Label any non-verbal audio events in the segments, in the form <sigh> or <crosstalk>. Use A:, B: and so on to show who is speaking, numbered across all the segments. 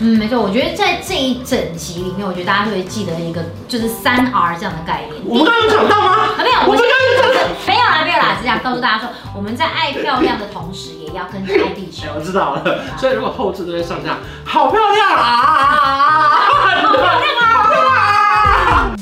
A: 嗯，没错，我觉得在这一整集里面，我觉得大家就会记得一个就是三 R 这样的概念。
B: 我们刚刚有讲到吗？
A: 啊，没有，
B: 我
A: 我
B: 们
A: 们
B: 刚刚有讲到。
A: 没有啦，没有啦，只想告诉大家说，我们在爱漂亮的同时，也要跟着爱地球
B: 哎。我知道了，所以如果后置都在上下，好漂亮啊！好漂亮啊！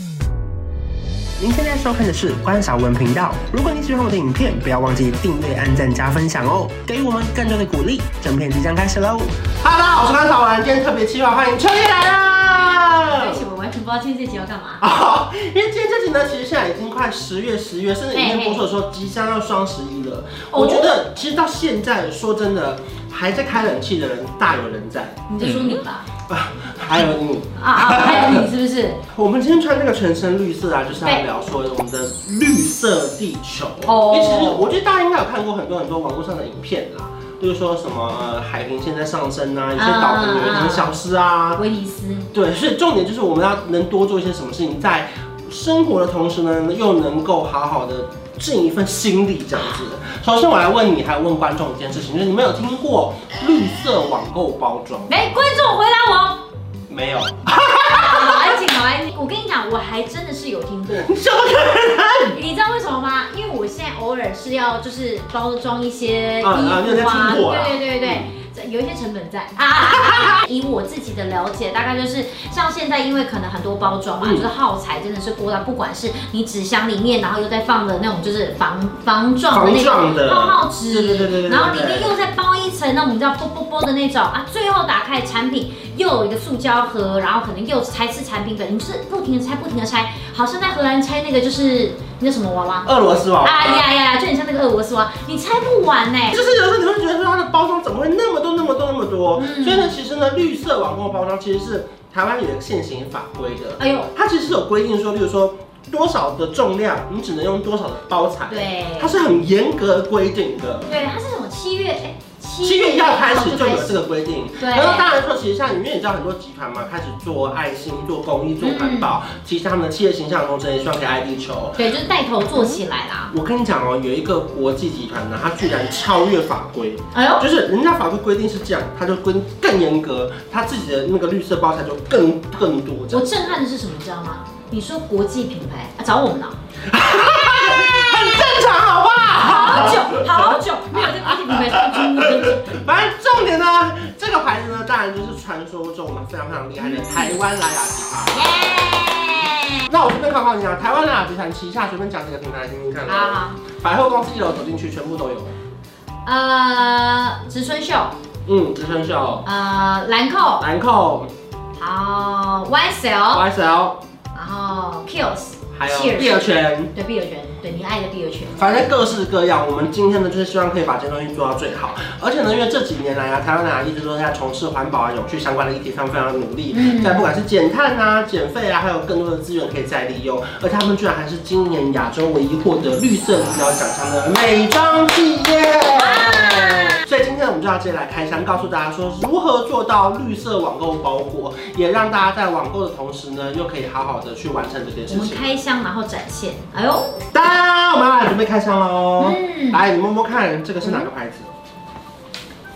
C: 您现在收看的是观赏文频道。如果你喜欢我的影片，不要忘记订阅、按赞、加分享哦，给予我们更多的鼓励。整片即将开始喽！
B: 哈喽，大家好，我是甘草文，今天特别企划，欢迎秋叶来啦
A: 对不！起，我完全不知道今天这集要干嘛。
B: 哦，因为今天这集呢，其实现在已经快十月、十月，甚至影片播出的时候，即将要双十一了。
A: 哦
B: 我觉得其实到现在，说真的，还在开冷气的人大有人在
A: 你就说你吧。
B: 啊，还有你。
A: 啊啊，还有你是不是？
B: 我们今天穿这个全身绿色啊，就是要聊说我们的绿色地球。
A: 哦
B: 哦，因为其实我觉得大家应该有看过很多很多网络上的影片啦，例如说什么呃海平线在上升啊，有些岛可能有一两小时啊。
A: 威尼斯。
B: 对，所以重点就是我们要能多做一些什么事情，在生活的同时呢，又能够好好的尽一份心力这样子。首先我来问你，还有问观众一件事情，就是你们有听过绿色网购包装
A: 来，观众回答我。啊
B: 没有？
A: 好安静，好安静。我跟你讲，我还真的是有听过。
B: 怎么可能？
A: 你知道为什么吗？因为我现在偶尔是要就是包装一些衣服
B: 嗯嗯
A: 啊，
B: 你有在听过啦嗯
A: 对对对对。这有一些成本在 <laughs> 啊，以我自己的了解，大概就是像现在，因为可能很多包装嘛，
B: 嗯
A: 就是耗材真的是多到，不管是你纸箱里面，然后又在放的那种就是防防撞的那
B: 防撞
A: 种
B: 的
A: 泡泡纸，
B: 对对对对对
A: 然后里
B: 对
A: 面又再包一层那种你知道啵啵啵的那种啊，最后打开产品又有一个塑胶盒，然后可能又拆是产品本，你就是不停的拆，不停的拆，好像在荷兰拆那个就是那叫什么娃娃
B: 俄罗斯网
A: 啊呀呀呀，就很像那个俄罗斯娃，你拆不完呢、
B: 就是有时候你会觉得说它的包装怎么会那么多、那么多、那么多？
A: 嗯
B: 所以呢，其实呢，绿色网购包装其实是台湾有一个现行法规的，
A: 哎呦，
B: 它其实是有规定说，例如说多少的重量，你只能用多少的包材，
A: 对，
B: 它是很严格规定的。
A: 对，它是什么七月哎，
B: 七月一号开始就有这
A: 个，
B: 个规定，
A: 对
B: 然后当然说，其实像里面你知道很多集团嘛，开始做爱心、做公益、做环保，
A: 嗯
B: 其实他们的企业形象同时也希望可以爱地球。
A: 对，就是带头做起来啦。
B: 我跟你讲哦，有一个国际集团呢，它居然超越法规，
A: 哎呦，
B: 就是人家法规规定是这样，他就规定更严格，他自己的那个绿色包材就更更多这
A: 我
B: 样。
A: 震撼的是什么，你知道吗？你说国际品牌啊，找我们了，
B: 很正常，好不
A: 好
B: 好？
A: 久好久没有在国际品牌上出过
B: 反正重点呢，这个牌子呢，当然就是传说中非常非常厉害的台湾莱雅集
A: 啊
B: 团。
A: 耶！
B: 那我这边考考你啊，台湾莱雅集团旗下随便讲几个品牌来听听看
A: 好好好，
B: 啊。百货公司一楼走进去全部都有。
A: 呃，植村秀，
B: 嗯，植村秀、
A: 呃，兰蔻，
B: 兰蔻、
A: 然后 YSL，
B: YSL，
A: 然后 Kills，
B: 还
A: 切尔西
B: 有碧螺泉。
A: 对，碧螺泉，对你爱的碧螺泉。
B: 反正各式各样，我们今天呢就是希望可以把这些东西做到最好。而且呢，因为这几年来啊，台湾啊一直都在从事环保啊、永续相关的议题上非常努力，
A: 嗯
B: 在不管是减碳啊、减费啊，还有更多的资源可以再利用。而他们居然还是今年亚洲唯一获得绿色医疗奖项的美妆企业。所以今天我们就要直接来开箱，告诉大家说如何做到绿色网购包裹，也让大家在网购的同时呢，又可以好好的去完成这件
A: 我
B: 事
A: 们
B: 情。
A: 开箱然后展现，哎呦，
B: 当然，我们要来准备开箱喽。
A: 嗯
B: 来，你摸摸看，这个是哪个牌子？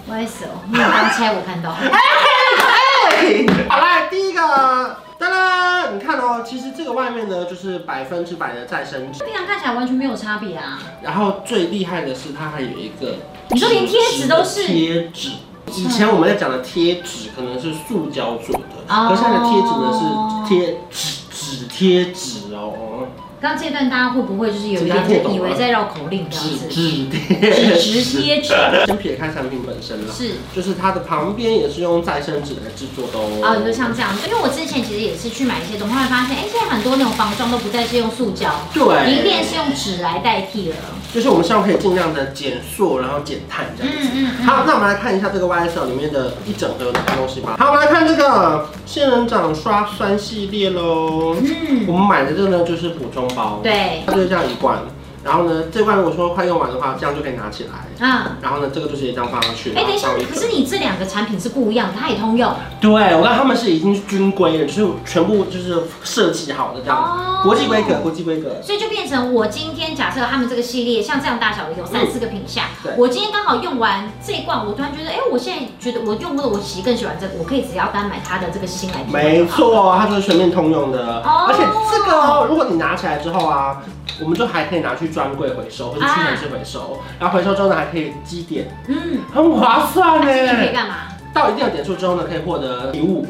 A: 不好意思哦，你有刚拆我看到，
B: 嘿好来，第一个，当当，你看哦，其实这个外面呢就是百分之百的再生纸，
A: 平常看起来完全没有差别啊。
B: 然后最厉害的是它还有一个，
A: 你说连贴纸都是
B: 贴纸。以前我们在讲的贴纸可能是塑胶做的，
A: 哦
B: 而现在的贴纸呢是贴纸纸贴纸哦，
A: 刚刚这段大家会不会就是有一
B: 这大家听得
A: 点
B: 懂吗
A: 以为在绕口令这样
B: 纸
A: 子？
B: 纸
A: 纸
B: 贴
A: 直
B: 纸。
A: 贴纸
B: 先撇开产品本身了，
A: 是。
B: 就是它的旁边也是用再生纸来制作的哦。
A: 啊，就像这样，因为我之前其实也是去买一些东西，后来发现，哎、现在很多那种防撞都不再是用塑胶，
B: 对，
A: 一定是用纸来代替了。
B: 就是我们希望可以尽量的减塑，然后减碳这样子。
A: 嗯嗯
B: 好，那我们来看一下这个 YSL 里面的一整盒有哪些东西吧。好，我们来看这个仙人掌刷酸系列喽。
A: 嗯，
B: 我们买的这个呢就是补充包，，
A: 对，
B: 它就是这样一罐。然后呢，这罐如果说快用完的话，这样就可以拿起来。
A: 啊，
B: 然后呢，这个就是也这样放上去。
A: 哎、等一下，
B: 然后放
A: 可是你这两个产品是不一样的，它也通用
B: 对，我看他们是已经军规了，就是全部就是设计好的这样子，
A: 哦
B: 啊国际规格，国际规格。
A: 所以就变成我今天假设他们这个系列像这样大小的有三四个品相，
B: 嗯对
A: 我今天刚好用完这一罐，我突然觉得，哎、我现在觉得我用过的，我其实更喜欢这个，我可以只要单买它的这个新来品。
B: 没错，它就是全面通用的，
A: 哦
B: 而且这个哦，如果你拿起来之后啊，我们就还可以拿去专柜回收，或者屈臣氏回收，然后回收之后呢还可以积点，
A: 嗯，
B: 很划算
A: 那这个可以
B: 呢。
A: 干嘛？
B: 到一定的点数之后呢，可以获得礼物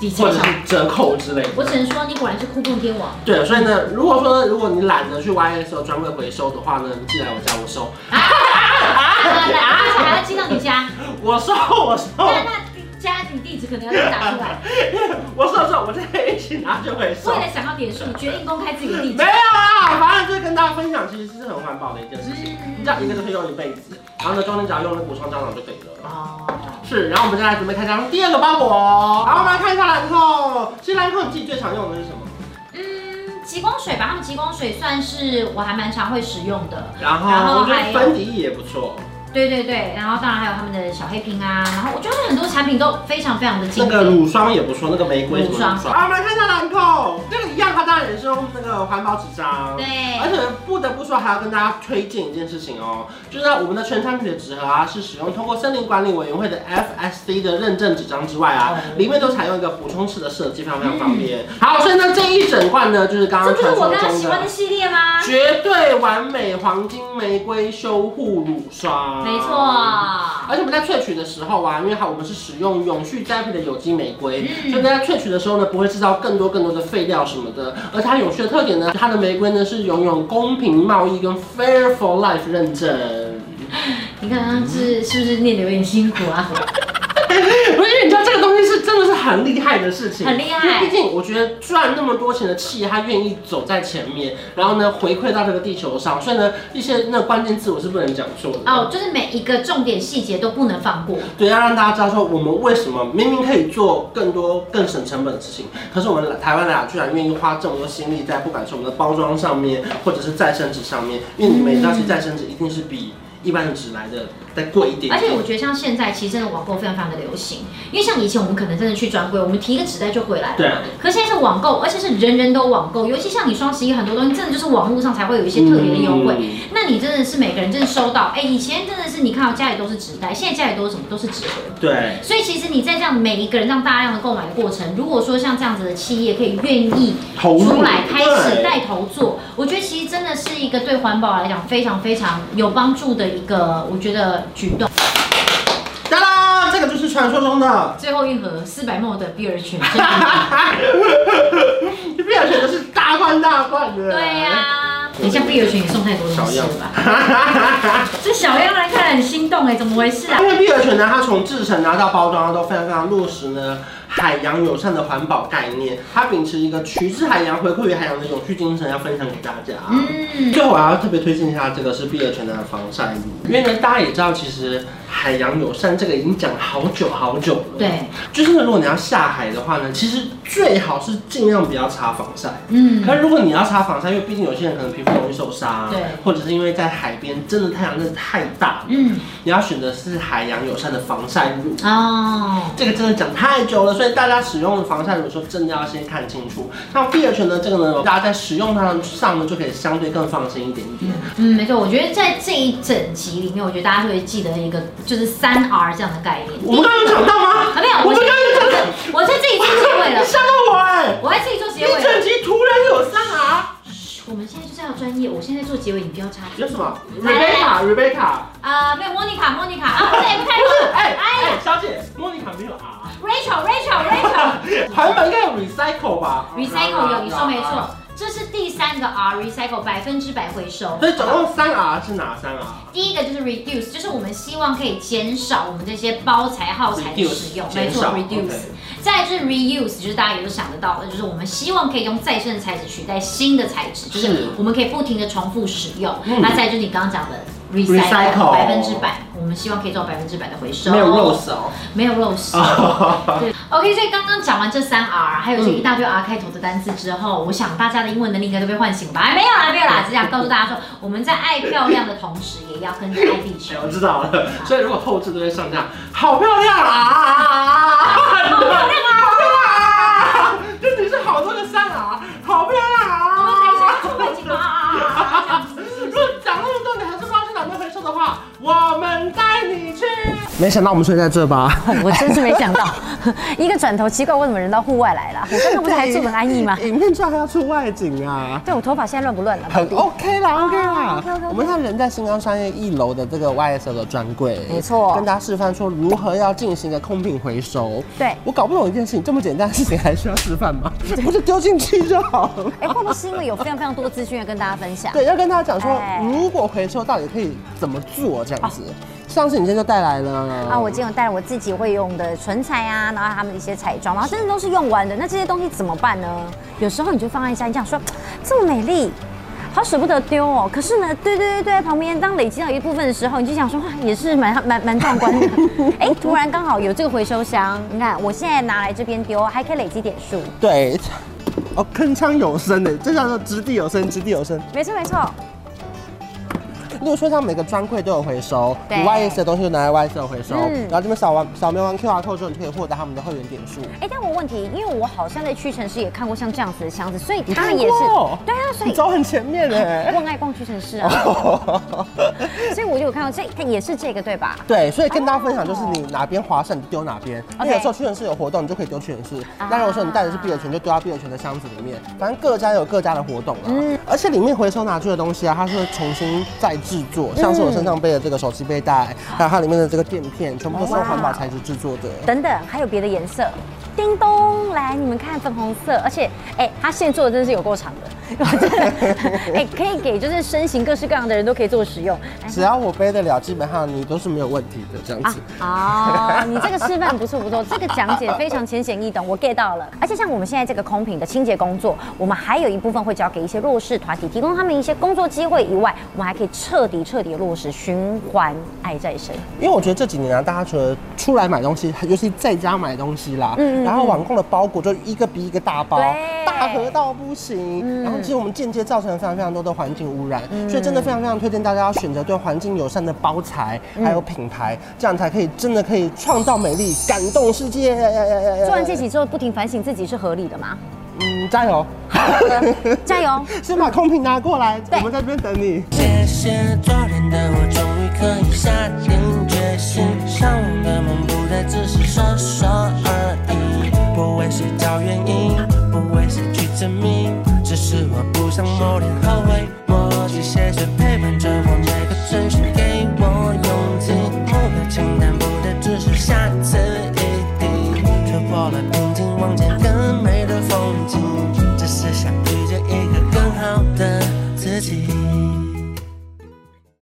A: 理
B: 或
A: 财
B: 者
A: 小。
B: 是折扣之类的。
A: 我只能说，你果然是酷蹦天王。
B: 对，所以呢，如果说如果你懒得去 YSL 专柜回收的话呢，你进来我家我收，
A: 啊，来，而且还要寄到你家，
B: 我收我收，
A: 那那家庭地址可能要先打出来。
B: 我收的时候我再一起拿去回收
A: 为。了想要点数，决定公开自己的地
B: 没
A: 址。
B: 有啊，反正就是跟大家分享，其实是很环保的一件事情。你这样一个就可以用一辈子，然后呢，中间只要用那个补充胶囊就可以了。
A: 哦，
B: 是，然后我们再来准备开箱第二个包裹哦。然后我们来看一下兰蔻，其实兰蔻你自己最常用的是什么？
A: 嗯，极光水吧，他们极光水算是我还蛮常会使用的。
B: 然
A: 然
B: 后
A: 后
B: 我觉
A: 还
B: 得
A: 有
B: 粉底液也不错，
A: 对对对，然后当然还有他们的小黑瓶啊，然后我觉得他们很多产品都非常非常的
B: 那
A: 经
B: 个
A: 典。
B: 乳霜也不错，那个玫瑰什么乳
A: 乳霜
B: 霜。好，我们来看一下兰蔻，那个一样，它当然也是用那个环保纸张。而
A: 对，
B: 且不得不说，还要跟大家推荐一件事情哦，就是我们的全产品的纸盒啊，是使用通过森林管理委员会的 FSC 的认证纸张之外
A: 哦
B: 啊，里面都采用一个补充式的设计，非常非常方便。好，所以呢，这一整罐呢，就是刚
A: 嗯这
B: 刚
A: 不是
B: 传
A: 我
B: 说
A: 刚刚
B: 中
A: 喜欢
B: 的
A: 的系列吗？
B: 绝对完美黄金玫瑰修护乳霜，
A: 没错。
B: 而且我们在萃取的时候啊，因为它我们是使用永续栽培的有机玫瑰，
A: 嗯
B: 所以在萃取的时候呢，不会制造更多更多的废料什么的。而它永续的特点呢，它的玫瑰呢是拥有公平贸易跟 Fair for Life 认证。
A: 你看他是是不是念的有点辛苦啊？
B: 不是，因为你知道这个东西是真的是很厉害的事情，
A: 很厉害
B: 因为毕竟我觉得赚那么多钱的企业，他愿意走在前面，然后呢回馈到这个地球上，所以呢一些那关键字我是不能讲错的。
A: 哦，就是每一个重点细节都不能放过。
B: 对，要让大家知道说，我们为什么明明可以做更多更省成本的事情，可是我们台湾来啊居然愿意花这么多心力在不管是我们的包装上面，或者是再生纸上面，因为你们也知道，其实再生纸一定是比一般的纸来的再贵一点点。
A: 而且我觉得像现在其实真的网购非常非常的流行，因为像以前我们可能真的去专柜，我们提一个纸袋就回来了。
B: 对。啊
A: 可现在是网购，而且是人人都网购，尤其像你双十一，很多东西真的就是网络上才会有一些特别的优惠。
B: 嗯
A: 那你真的是每个人真的收到，哎、以前真的是你看到家里都是纸袋，现在家里都是什么都是纸盒。
B: 对，
A: 所以其实你在这样每一个人让大量的购买的过程，如果说像这样子的企业可以愿意
B: 投入
A: 出来开始
B: 对
A: 带头做，我觉得其实真的是一个对环保来讲非常非常有帮助的一个，我觉得举动。
B: 当然，这个就是传说中
A: <laughs>
B: 的。<laughs>
A: 最后一盒四百梦的碧尔泉，
B: 你不要觉得是大罐大罐
A: <laughs>
B: 的，
A: 对呀、等一下碧尔泉也送太多东西了吧？
B: 呀。
A: 这小样 <laughs> 来看很心动哎，怎么回事啊
B: 因？为碧尔泉呢，它从制成拿到包装都非常非常落实呢海洋友善的环保概念，它秉持一个取之海洋回馈于海洋的永续精神，要分享给大家。
A: 嗯，
B: 最后我要特别推荐一下这个是碧尔泉的防晒乳，因为呢大家也知道，其实海洋友善这个已经讲好久好久了。，
A: 对，
B: 就是呢，如果你要下海的话呢，其实最好是尽量不要擦防晒。
A: 嗯，
B: 可是如果你要擦防晒，因为毕竟有些人可能皮肤容易受伤，啊
A: 对
B: 或者是因为在海边真的太阳真的太大，
A: 嗯，
B: 你要选择是海洋友善的防晒乳。
A: 哦，
B: 这个真的讲太久了，所以大家使用防晒乳的时候，真的要先看清楚。那碧尔泉呢，这个呢，大家在使用它上呢，就可以相对更放心一点点。
A: 嗯，没错，我觉得在这一整集里面，我觉得大家会记得一个就是三 R 这样的概念。
B: 我们刚刚有讲到吗？
A: 啊，没有，
B: 我
A: 我
B: 们
A: 先
B: 刚刚有讲到，
A: 我在自己做结尾了 <laughs>
B: 你，吓到我哎！
A: 我在自己做结尾
B: 一
A: 了。
B: 整集突然有上啊，
A: 嘘我们现在就是要专业，我现在做结尾，你不要插嘴。
B: 有什么
A: 来来来
B: ？Rebecca，Rebecca，
A: 啊，没有莫妮卡，莫妮卡啊，不对，不太
B: 不是，
A: 好。
B: 哎
A: 哎
B: 哎，小姐，莫妮卡没有啊？
A: Rachel，Rachel，Rachel。 <laughs>
B: 韩版应该有 recycle 吧
A: Recycle 有，你说没错，这是第三个 R Recycle 百分之百回收。
B: 所以总共三 R 是哪三 R？
A: 第一个就是 reduce，就是我们希望可以减少我们这些包材耗材的
B: Reduce，
A: 使用，
B: 减
A: 没错
B: 少
A: ，reduce
B: OK。
A: 再来就是 reuse，就是大家也都想得到的，就是我们希望可以用再生的材质取代新的材质，就是是我们可以不停的重复使用。
B: 嗯
A: 那再来就是你刚刚讲的
B: Recycle
A: recycle 百分之百我们希望可以做百分之百的回收，
B: 没有肉哦手
A: 没有 rose。
B: 啊，
A: 对，OK，所以刚刚讲完这三 R，还有这一大堆 R 开头的单词之后，我想大家的英文能力应该都被唤醒吧？哎，没有啦，没有啦，只想告诉大家说，我们在爱漂亮的同时，也要跟着爱地球。
B: 我知道了。所以如果后置都会上架，好漂亮啊！好漂亮啊！这只是好多个上啊，好漂亮
A: 我们等一
B: 啊！
A: 下出门警报啊！这样子
B: 如果讲那么多你还是不知道去哪边回收的话，我们带你去。没想到我们睡在这吧？
D: <laughs> 我真是没想到，一个转头，奇怪，为什么人到户外来了？我刚刚不是还住很安逸吗？
B: 影片居然还要出外景啊！
D: 对我头发现在乱不乱了？
B: 很 OK 啦，OK 啦
D: 啊 OK，OK，OK。
B: 我们现在人在新光商业一楼的这个 YSL 的专柜，
D: 没错
B: 跟大家示范说如何要进行一个空瓶回收。
D: 对
B: 我搞不懂一件事情，这么简单的事情还需要示范吗？不是丢进去就
D: <laughs>
B: 好了吗？
D: 哎，会不会是因为有非常非常多资讯要跟大家分享？
B: 对，要跟大家讲说，
D: 哎哦
B: 如果回收到底可以怎么做这样子。上次你今天就带来了
D: 啊，我今天有带了我自己会用的唇彩啊，然后他们的一些彩妆，然后真的都是用完的。那这些东西怎么办呢？有时候你就放在家，你想说这么美丽。好舍不得丢哦，可是呢，对对对对，旁边当累积到一部分的时候，你就想说，哇，也是蛮蛮 <laughs> 蛮壮观的。哎，突然刚好有这个回收箱，你看我现在拿来这边丢，还可以累积点数。
B: 对，哦，铿锵有声的，这叫做掷地有声，掷地有声。
D: 没错没错，
B: 如果说像每个专柜都有回收，你
D: 对
B: YS 的东西就拿来 YS 回收，
D: 嗯
B: 然后这边扫完扫描完 QR code 之后，你就可以获得他们的会员点数。
D: 哎，但我有问题，因为我好像在屈臣氏也看过像这样子的箱子，所以
B: 你
D: 当
B: 看
D: 然也是
B: 过，
D: 对啊，所
B: 你
D: 以
B: 走很前面
D: <laughs>
B: 欸
D: 我
B: 嘞。
D: <laughs> 很爱逛屈臣氏啊。所以我就有看到这它也是这个对吧？
B: 对，所以跟大家分享就是你哪边划算你就丢哪边。那
D: 哦 OK
B: 有时候屈臣氏有活动，你就可以丢屈臣氏。
D: 啊
B: 那如果说你带的是碧螺泉，就丢到碧螺泉的箱子里面。反正各家有各家的活动啦。
D: 嗯
B: 而且里面回收拿去的东西啊，它是会重新再制作，像是我身上背的这个手机背带，
D: 嗯
B: 还有它里面的这个垫片，全部都是用环保材质制作的。
D: 等等，还有别的颜色。叮咚，来你们看粉红色，而且哎、它现做的真的是有够长的， <laughs> 我真的哎、可以给就是身形各式各样的人都可以做使用。哎
B: 只要我背得了，基本上你都是没有问题的这样子。
D: 啊，哦，你这个示范不错不错，这个讲解非常浅显易懂，我 get 到了。而且像我们现在这个空瓶的清洁工作，我们还有一部分会交给一些弱势团体，提供他们一些工作机会以外，我们还可以彻底彻底地落实循环爱再生。
B: 因为我觉得这几年啊，大家除了出来买东西，尤其在家买东西啦，
D: 嗯嗯嗯
B: 然后网购的包裹就一个比一个大包，
D: 对嗯
B: 大盒到不行。然后其实我们间接造成了非常非常多的环境污染，所以真的非常非常推荐大家要选择对环境友善的包材
D: 嗯
B: 还有品牌，这样才可以真的可以创造美丽，感动世界。
D: 做完这集之后，不停反省自己是合理的吗？
B: 嗯，加
D: <laughs>
B: 油！
D: 加油！
B: 先把空瓶拿过来，
D: 对
B: 我们在这边等你。
E: 谢谢昨天的我，终于可以下定决心